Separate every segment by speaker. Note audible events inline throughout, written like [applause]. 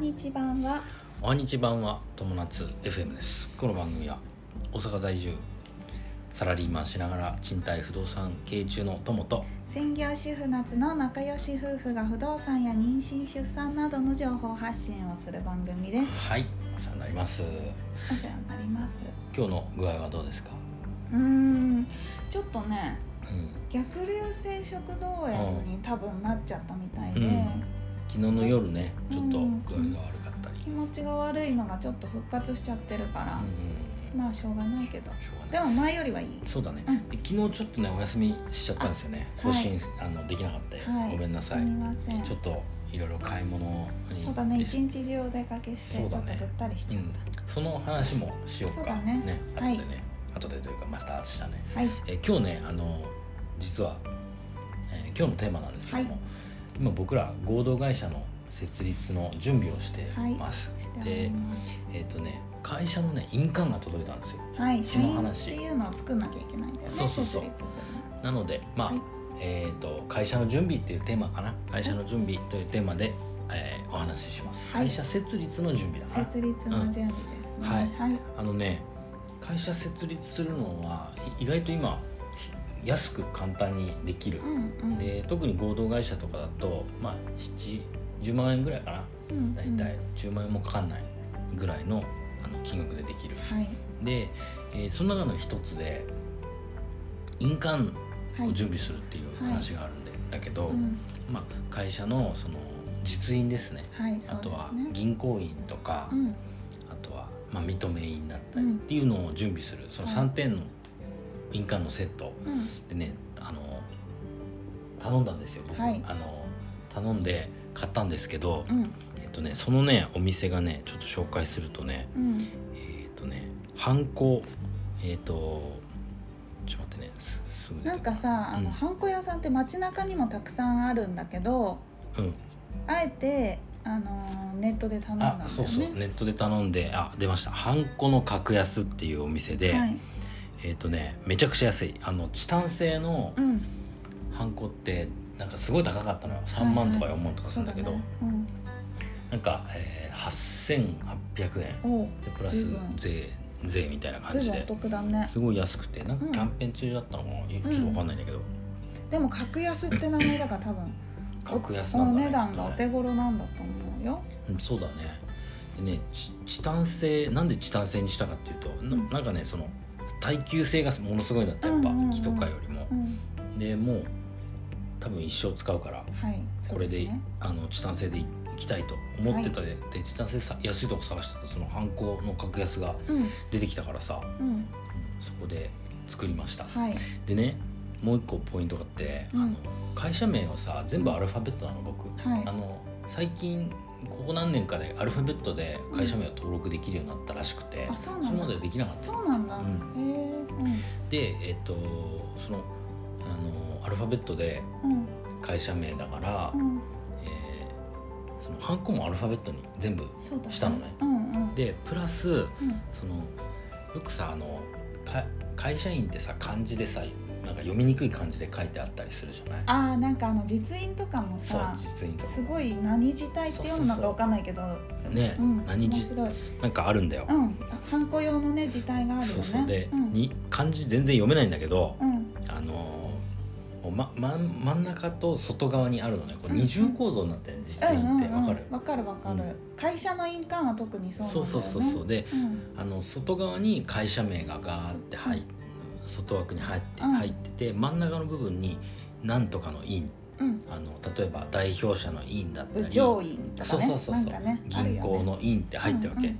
Speaker 1: 日版は
Speaker 2: おはにちばんは友達 FM ですこの番組は大阪在住サラリーマンしながら賃貸不動産経営中の友と
Speaker 1: 専業主婦夏の仲良し夫婦が不動産や妊娠出産などの情報発信をする番組です
Speaker 2: はいお世話になります
Speaker 1: お世話になります
Speaker 2: 今日の具合はどうですか
Speaker 1: うーんちょっとね
Speaker 2: うん
Speaker 1: 逆流性食道炎に多分なっちゃったみたいで、
Speaker 2: うん昨日の夜ねちょっと
Speaker 1: うん
Speaker 2: 具合が悪かったり
Speaker 1: 気持ちが悪いのがちょっと復活しちゃってるか
Speaker 2: う
Speaker 1: ら、
Speaker 2: ん
Speaker 1: まあしょうがないけど
Speaker 2: しょうが
Speaker 1: で
Speaker 2: ない
Speaker 1: も前よりはいい
Speaker 2: そうだね、
Speaker 1: うん
Speaker 2: で昨日ちょっとねお休みしちゃったんですよね
Speaker 1: あ
Speaker 2: 更
Speaker 1: はい
Speaker 2: 新、あのできなかった、
Speaker 1: はい
Speaker 2: ごめんなさ
Speaker 1: す
Speaker 2: い
Speaker 1: みません
Speaker 2: ちょっといろいろ買い物に
Speaker 1: そうだね
Speaker 2: です
Speaker 1: 一日中お出かけしてち
Speaker 2: そ
Speaker 1: ょ
Speaker 2: うだ
Speaker 1: っと
Speaker 2: ね
Speaker 1: ぐったりしちゃっ
Speaker 2: その話もしようか
Speaker 1: そうだね
Speaker 2: 後
Speaker 1: はい
Speaker 2: でね、後でというかまた明日ね
Speaker 1: た、はい
Speaker 2: えー今日ねあの実は、えー今日のテーマなんですけども、
Speaker 1: はい
Speaker 2: 今僕ら合同会社の設立の準備をしてます、
Speaker 1: してお
Speaker 2: で
Speaker 1: ります
Speaker 2: えっ、とね会社のね印鑑が届いたんですよ
Speaker 1: はい
Speaker 2: そ
Speaker 1: 社
Speaker 2: の
Speaker 1: 員っ
Speaker 2: 話
Speaker 1: ていうのを作んなきゃいけないんだよね
Speaker 2: そうそうそう
Speaker 1: 設立するの
Speaker 2: なのでまあ、
Speaker 1: はい
Speaker 2: えっ、と会社の準備っていうテーマかな会社の準備というテーマで、えーお話しします、
Speaker 1: はい
Speaker 2: 会社設立の準備だな
Speaker 1: 設立の準備ですね、
Speaker 2: うん
Speaker 1: はい、
Speaker 2: あのね会社設立するのは意外と今ひ安く簡単にできる
Speaker 1: う、んうん
Speaker 2: で特に合同会社とかだとまあ710万円ぐらいかな
Speaker 1: うんうん
Speaker 2: 大体10万円もかかんないぐらいのあの金額でできる
Speaker 1: はい
Speaker 2: で、えーその中の一つで印鑑
Speaker 1: は
Speaker 2: を
Speaker 1: い
Speaker 2: 準備するっていう話があるんで、だけど、
Speaker 1: うん
Speaker 2: まあ、会社のその実印ですね
Speaker 1: はいそ
Speaker 2: あ
Speaker 1: うで
Speaker 2: とは
Speaker 1: すね
Speaker 2: 銀行員とか、
Speaker 1: うん
Speaker 2: あとは、まあ、認め印だったりっ
Speaker 1: うん
Speaker 2: ていうのを準備する、その
Speaker 1: はい
Speaker 2: 3点の印鑑のセット
Speaker 1: うん
Speaker 2: でねあの頼んだんですよ僕、
Speaker 1: はい
Speaker 2: あの頼んで買ったんですけど、
Speaker 1: うん
Speaker 2: えっとね、そのねお店がねちょっと紹介するとね
Speaker 1: うん
Speaker 2: えっとね犯行えっとちょっと待ってねすすぐ出て
Speaker 1: なんかさあ
Speaker 2: うん
Speaker 1: のハンコ屋さんって街中にもたくさんあるんだけど
Speaker 2: うん
Speaker 1: あえてあのーネットで頼んだんだよ
Speaker 2: あ
Speaker 1: ね
Speaker 2: そうそうネットで頼んであ出ましたハンコの格安っていうお店で、
Speaker 1: はい
Speaker 2: えっとねめちゃくちゃ安いあのチタン製の
Speaker 1: うん
Speaker 2: ハンコってなんかすごい高かったのよ3万とか
Speaker 1: はいはい
Speaker 2: 4万とかす
Speaker 1: そ
Speaker 2: る
Speaker 1: うん
Speaker 2: だ
Speaker 1: だ
Speaker 2: けど、
Speaker 1: ねうん
Speaker 2: なんか、えー、8800円で
Speaker 1: おう
Speaker 2: プラス
Speaker 1: 随分
Speaker 2: 税税みたいな感
Speaker 1: 随
Speaker 2: じ
Speaker 1: 分お
Speaker 2: で
Speaker 1: 得だね
Speaker 2: すごい安くてなんか
Speaker 1: うん
Speaker 2: キャンペーン中だったのかな、ちょっとわかんないんだけど、
Speaker 1: でも格安って名前だから多分
Speaker 2: 格安なんだね
Speaker 1: お値段がお
Speaker 2: きっと
Speaker 1: 手
Speaker 2: ね
Speaker 1: 頃なんだと思うよ
Speaker 2: うん、そうだねでねチチタン製なんでチタン製にしたかっていうとな
Speaker 1: うん
Speaker 2: なんかねその耐久性がものすごいんだったやっぱ、
Speaker 1: うんうんうん
Speaker 2: 木とかよりも
Speaker 1: う、ん
Speaker 2: でもう多分一生使うから
Speaker 1: はい
Speaker 2: これであのチタン製でいきたいと思ってたで,、でチタン製さ安いとこ探してたそのハンコの格安が
Speaker 1: そうですね
Speaker 2: 出てきたからさ、
Speaker 1: うんうん
Speaker 2: うんそこで作りました
Speaker 1: はい
Speaker 2: でねもう一個ポイントがあって、
Speaker 1: うん
Speaker 2: あの会社名はさ全部アルファベットなの僕、
Speaker 1: はい
Speaker 2: あの最近ここ何年かでアルファベットで会社名を登録できるようになったらしくて、
Speaker 1: あそう
Speaker 2: それ
Speaker 1: な
Speaker 2: ま
Speaker 1: ん
Speaker 2: で
Speaker 1: だ
Speaker 2: はできなかった
Speaker 1: そうなんだへ
Speaker 2: う
Speaker 1: え
Speaker 2: んでえっとそのあのアルファベットで
Speaker 1: うん
Speaker 2: 会社名だから、
Speaker 1: うんうん
Speaker 2: えーそのハンコもアルファベットに全部
Speaker 1: そうだね
Speaker 2: したのね
Speaker 1: うんうん
Speaker 2: でプラス
Speaker 1: うん
Speaker 2: そのよくさあのか会社員ってさ漢字でさなんか読みにくい漢字で書いてあったりするじゃない
Speaker 1: あーなんかあの実印とかも
Speaker 2: そう
Speaker 1: さ
Speaker 2: 実印とか
Speaker 1: すごい何字体って読むのかわかんないけど
Speaker 2: ね
Speaker 1: うん
Speaker 2: 何字
Speaker 1: 面白い
Speaker 2: なんかあるんだよ、
Speaker 1: うんハンコ用のね字体があるよ
Speaker 2: そう
Speaker 1: ね
Speaker 2: そうで、
Speaker 1: うん
Speaker 2: に漢字全然読めないんだけど、
Speaker 1: うん
Speaker 2: あのーもうま、まん真ん中と外側にあるのねこう
Speaker 1: うん
Speaker 2: 二重構造になってる実
Speaker 1: うん
Speaker 2: 印
Speaker 1: う
Speaker 2: っ
Speaker 1: ん
Speaker 2: て
Speaker 1: う
Speaker 2: わ
Speaker 1: ん
Speaker 2: かる、
Speaker 1: わかるわかる、
Speaker 2: うん
Speaker 1: 会社の印鑑は特にそうなんだ
Speaker 2: そ
Speaker 1: よ
Speaker 2: う
Speaker 1: ね
Speaker 2: そうそうそうで
Speaker 1: うん
Speaker 2: あの外側に会社名がガーって入っ外枠に入って,、
Speaker 1: うん
Speaker 2: 入ってて真ん中の部分になんとかの印
Speaker 1: うん
Speaker 2: あの例えば代表者の印だったり
Speaker 1: 部長印とか
Speaker 2: そう
Speaker 1: ね
Speaker 2: そうそう
Speaker 1: な
Speaker 2: そ
Speaker 1: ん
Speaker 2: う、
Speaker 1: かねあるよ
Speaker 2: 銀行
Speaker 1: ね
Speaker 2: の印って入ってるわけ、
Speaker 1: うん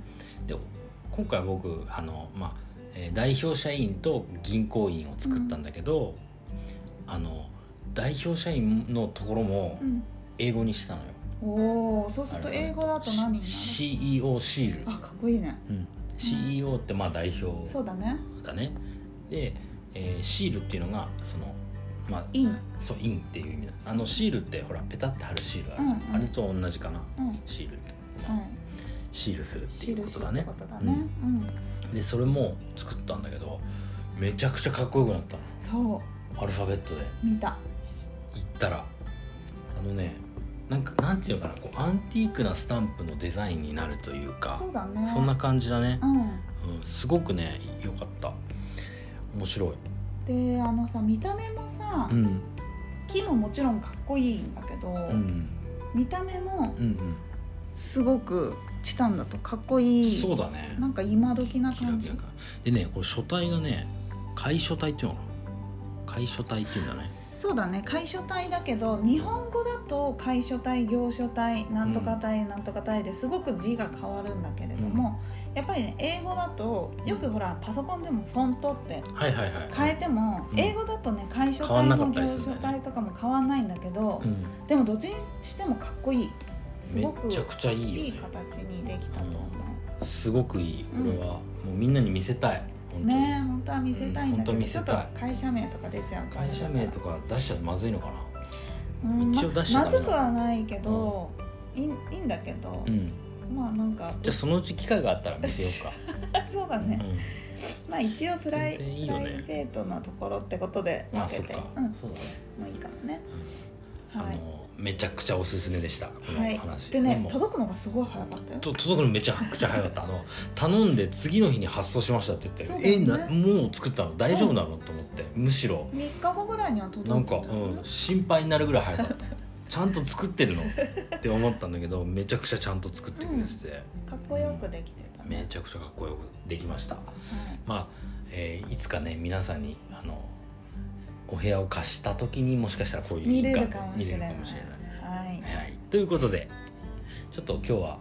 Speaker 2: で今回僕あの、まあえー代表者員と銀行員を作ったんだけど、あの代表者員のところも
Speaker 1: うん
Speaker 2: 英語にしたのよ。
Speaker 1: おおそうすると
Speaker 2: あれ
Speaker 1: 英語だと何になる
Speaker 2: CEO シール、
Speaker 1: あかっこいいね
Speaker 2: うん、CEO ってまあ代表
Speaker 1: そうだね
Speaker 2: だねで、えーシールっていうのがそのまあ
Speaker 1: 印
Speaker 2: そう印っていう意味なんですあのシールってほらペタって貼るシールあるじゃん、
Speaker 1: うんうん
Speaker 2: あれと同じかな
Speaker 1: うん
Speaker 2: シールって、まあ
Speaker 1: はい
Speaker 2: シールするっていうこ
Speaker 1: 印
Speaker 2: と
Speaker 1: っ
Speaker 2: だ
Speaker 1: て
Speaker 2: ね
Speaker 1: ことだねうん
Speaker 2: でそれも作ったんだけどめちゃくちゃかっこよくなったの
Speaker 1: そ
Speaker 2: アルファベットで
Speaker 1: う見た
Speaker 2: 行ったらあのねなんかなんていうのかなこうアンティークなスタンプのデザインになるというか
Speaker 1: そうだね
Speaker 2: そんな感じだね
Speaker 1: う、ん
Speaker 2: うん、すごくね良かった面白い、
Speaker 1: であのさ見た目もさ、
Speaker 2: うん、
Speaker 1: 木ももちろんかっこいいんだけど、
Speaker 2: うん
Speaker 1: 見た目も
Speaker 2: うんうん
Speaker 1: すごくチタンだとかっこ
Speaker 2: う
Speaker 1: い
Speaker 2: ん
Speaker 1: い
Speaker 2: そうだね
Speaker 1: なんか今時な
Speaker 2: キラ
Speaker 1: 感
Speaker 2: キ
Speaker 1: じ
Speaker 2: ラ感でねこれ書体がね楷書体っていうのかな楷書体っていうんだね
Speaker 1: そうだね楷書体だけど日本語だと楷書体行書体なんとか体なんとか体ですごく字が変わるんだけれども、やっぱりね英語だとよくほらパソコンでもフォントって
Speaker 2: はいはいはい
Speaker 1: 変えても、
Speaker 2: うん
Speaker 1: 英語だとね楷書
Speaker 2: 変わ
Speaker 1: 体
Speaker 2: んなか
Speaker 1: も
Speaker 2: ったり
Speaker 1: 行
Speaker 2: する
Speaker 1: 書
Speaker 2: んだよね
Speaker 1: 体とかも変わんないんだけど、
Speaker 2: うん、
Speaker 1: でもどっちにしてもかっこいいすごく
Speaker 2: めちゃくちゃいいよ
Speaker 1: い
Speaker 2: ね
Speaker 1: い形にできたと思う、
Speaker 2: すごくいい
Speaker 1: うん
Speaker 2: これは、もうみんなに見せたい本当に、
Speaker 1: ねえ本当は見せたいんだけど、
Speaker 2: うん本当見
Speaker 1: ち
Speaker 2: せ
Speaker 1: ょった
Speaker 2: い
Speaker 1: と会社名とか出ちゃうから
Speaker 2: 会社名とか出しちゃまずいのかな
Speaker 1: うん
Speaker 2: 一応出しち
Speaker 1: ま
Speaker 2: ゃ
Speaker 1: ま
Speaker 2: ダメなの
Speaker 1: ずくはないけど、いいいいんだけど、
Speaker 2: うん
Speaker 1: まあなんか
Speaker 2: じゃあそのうち機会があったら見せようか、
Speaker 1: そうだね、
Speaker 2: う
Speaker 1: まあ一応プライ
Speaker 2: 全然いい
Speaker 1: プ
Speaker 2: よね
Speaker 1: ライベートなところってことで
Speaker 2: ん、あ
Speaker 1: 分
Speaker 2: そ
Speaker 1: け
Speaker 2: ってか、
Speaker 1: うん、も
Speaker 2: そうだね、
Speaker 1: ういいかもね
Speaker 2: うん
Speaker 1: は
Speaker 2: あ
Speaker 1: い
Speaker 2: のめちゃくちゃおすすめでしたこ
Speaker 1: は
Speaker 2: の話、
Speaker 1: いでね
Speaker 2: も
Speaker 1: 届くのがすごい早かったよ
Speaker 2: と届くのめちゃくちゃ早かったあの頼んで次の日に発送しましたって言
Speaker 1: そう
Speaker 2: っ
Speaker 1: だ
Speaker 2: て、
Speaker 1: よね
Speaker 2: えなもう作ったの大丈夫なの、と思ってむしろ
Speaker 1: 3日後ぐらいには
Speaker 2: な
Speaker 1: 届
Speaker 2: ん
Speaker 1: い
Speaker 2: か、
Speaker 1: て
Speaker 2: う
Speaker 1: たよね
Speaker 2: ん、心配になるぐらい早かったちゃんと作ってるのって思ったんだけどめちゃくちゃちゃんと作ってくれてて、
Speaker 1: かっこよくできてた
Speaker 2: め
Speaker 1: ね、
Speaker 2: ちゃくちゃかっこよくできました
Speaker 1: はい
Speaker 2: まあ、えーいつかね皆さんにあのお部屋を貸した時にもしかしたらこういう
Speaker 1: 見れ
Speaker 2: 印
Speaker 1: る
Speaker 2: 鑑
Speaker 1: かも
Speaker 2: 見
Speaker 1: し
Speaker 2: れ
Speaker 1: れな
Speaker 2: るか
Speaker 1: い
Speaker 2: もしれない。
Speaker 1: はい、
Speaker 2: はい、ということでちょっと今日は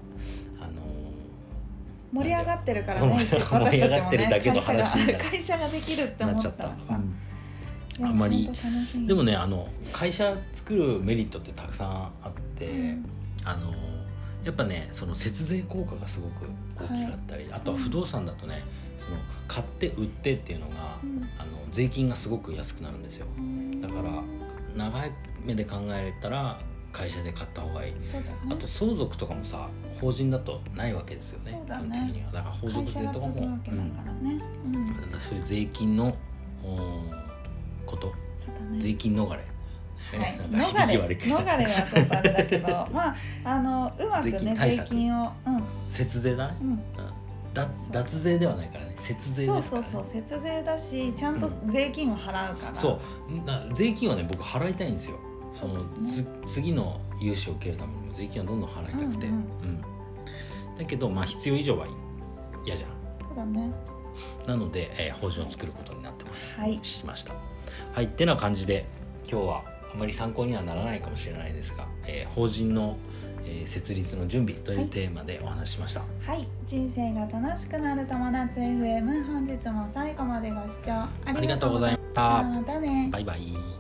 Speaker 2: あの
Speaker 1: 盛り上がってるからね一応
Speaker 2: 盛り
Speaker 1: 私
Speaker 2: 上
Speaker 1: たち
Speaker 2: がっ
Speaker 1: も
Speaker 2: てる
Speaker 1: ね
Speaker 2: だけの
Speaker 1: 会社が
Speaker 2: 話になる
Speaker 1: 会社ができるって
Speaker 2: ー
Speaker 1: 思
Speaker 2: なっ
Speaker 1: っ
Speaker 2: ち
Speaker 1: た
Speaker 2: ゃ
Speaker 1: ら
Speaker 2: った
Speaker 1: さ、。
Speaker 2: うん
Speaker 1: いや
Speaker 2: あんまり
Speaker 1: 本当楽しみ
Speaker 2: でもねあの会社作るメリットってたくさんあって、
Speaker 1: うん
Speaker 2: あのやっぱねその節税効果がすごく大きかったり、あとは不動産だとねその買って売ってっていうのが、
Speaker 1: うん
Speaker 2: あの税金がすごく安くなるんですよだから長い目で考えたら会社で買った方がいい
Speaker 1: そうだね
Speaker 2: あと相続とかもさ法人だとないわけですよね
Speaker 1: そうだね
Speaker 2: 基本的にはだから法
Speaker 1: 会
Speaker 2: 属
Speaker 1: 社
Speaker 2: 税
Speaker 1: が
Speaker 2: とか
Speaker 1: 継
Speaker 2: も
Speaker 1: ぐわけだからね、うん
Speaker 2: うんだからそういう税金のうんこと
Speaker 1: そうだ
Speaker 2: 税
Speaker 1: ね
Speaker 2: 金逃れ、
Speaker 1: はい、
Speaker 2: なんか
Speaker 1: 逃
Speaker 2: 響
Speaker 1: れ
Speaker 2: き悪いけど
Speaker 1: 逃れはちょっとあれだけど [laughs] まああのうまくね
Speaker 2: 税
Speaker 1: 税金
Speaker 2: 金対策
Speaker 1: を、
Speaker 2: 節税だね
Speaker 1: うんうん、
Speaker 2: うんだ
Speaker 1: そう
Speaker 2: 脱税ではないからね節税です
Speaker 1: そ
Speaker 2: から、ね
Speaker 1: う、そうそう節税だしちゃんと
Speaker 2: う
Speaker 1: 税金を払うから、
Speaker 2: そうな税金はね僕払いたいんですよその
Speaker 1: そうですね
Speaker 2: つ次の融資を受けるためにも税金はどんどん払いたくて、
Speaker 1: うんうん
Speaker 2: うんだけどまあ必要以上は嫌じゃん
Speaker 1: そうだね
Speaker 2: なので、えー法人を作ることになってます、
Speaker 1: はい
Speaker 2: しましたはいってな感じで今日はあまり参考にはならないかもしれないですが、えー法人の、えー設立の準備とい
Speaker 1: は
Speaker 2: う
Speaker 1: い
Speaker 2: テーマでお話ししました、
Speaker 1: はい人生が楽しくなる友達 FM 本日も最後までご視聴あ
Speaker 2: ありがとうございました
Speaker 1: ましたまたね
Speaker 2: バイバイ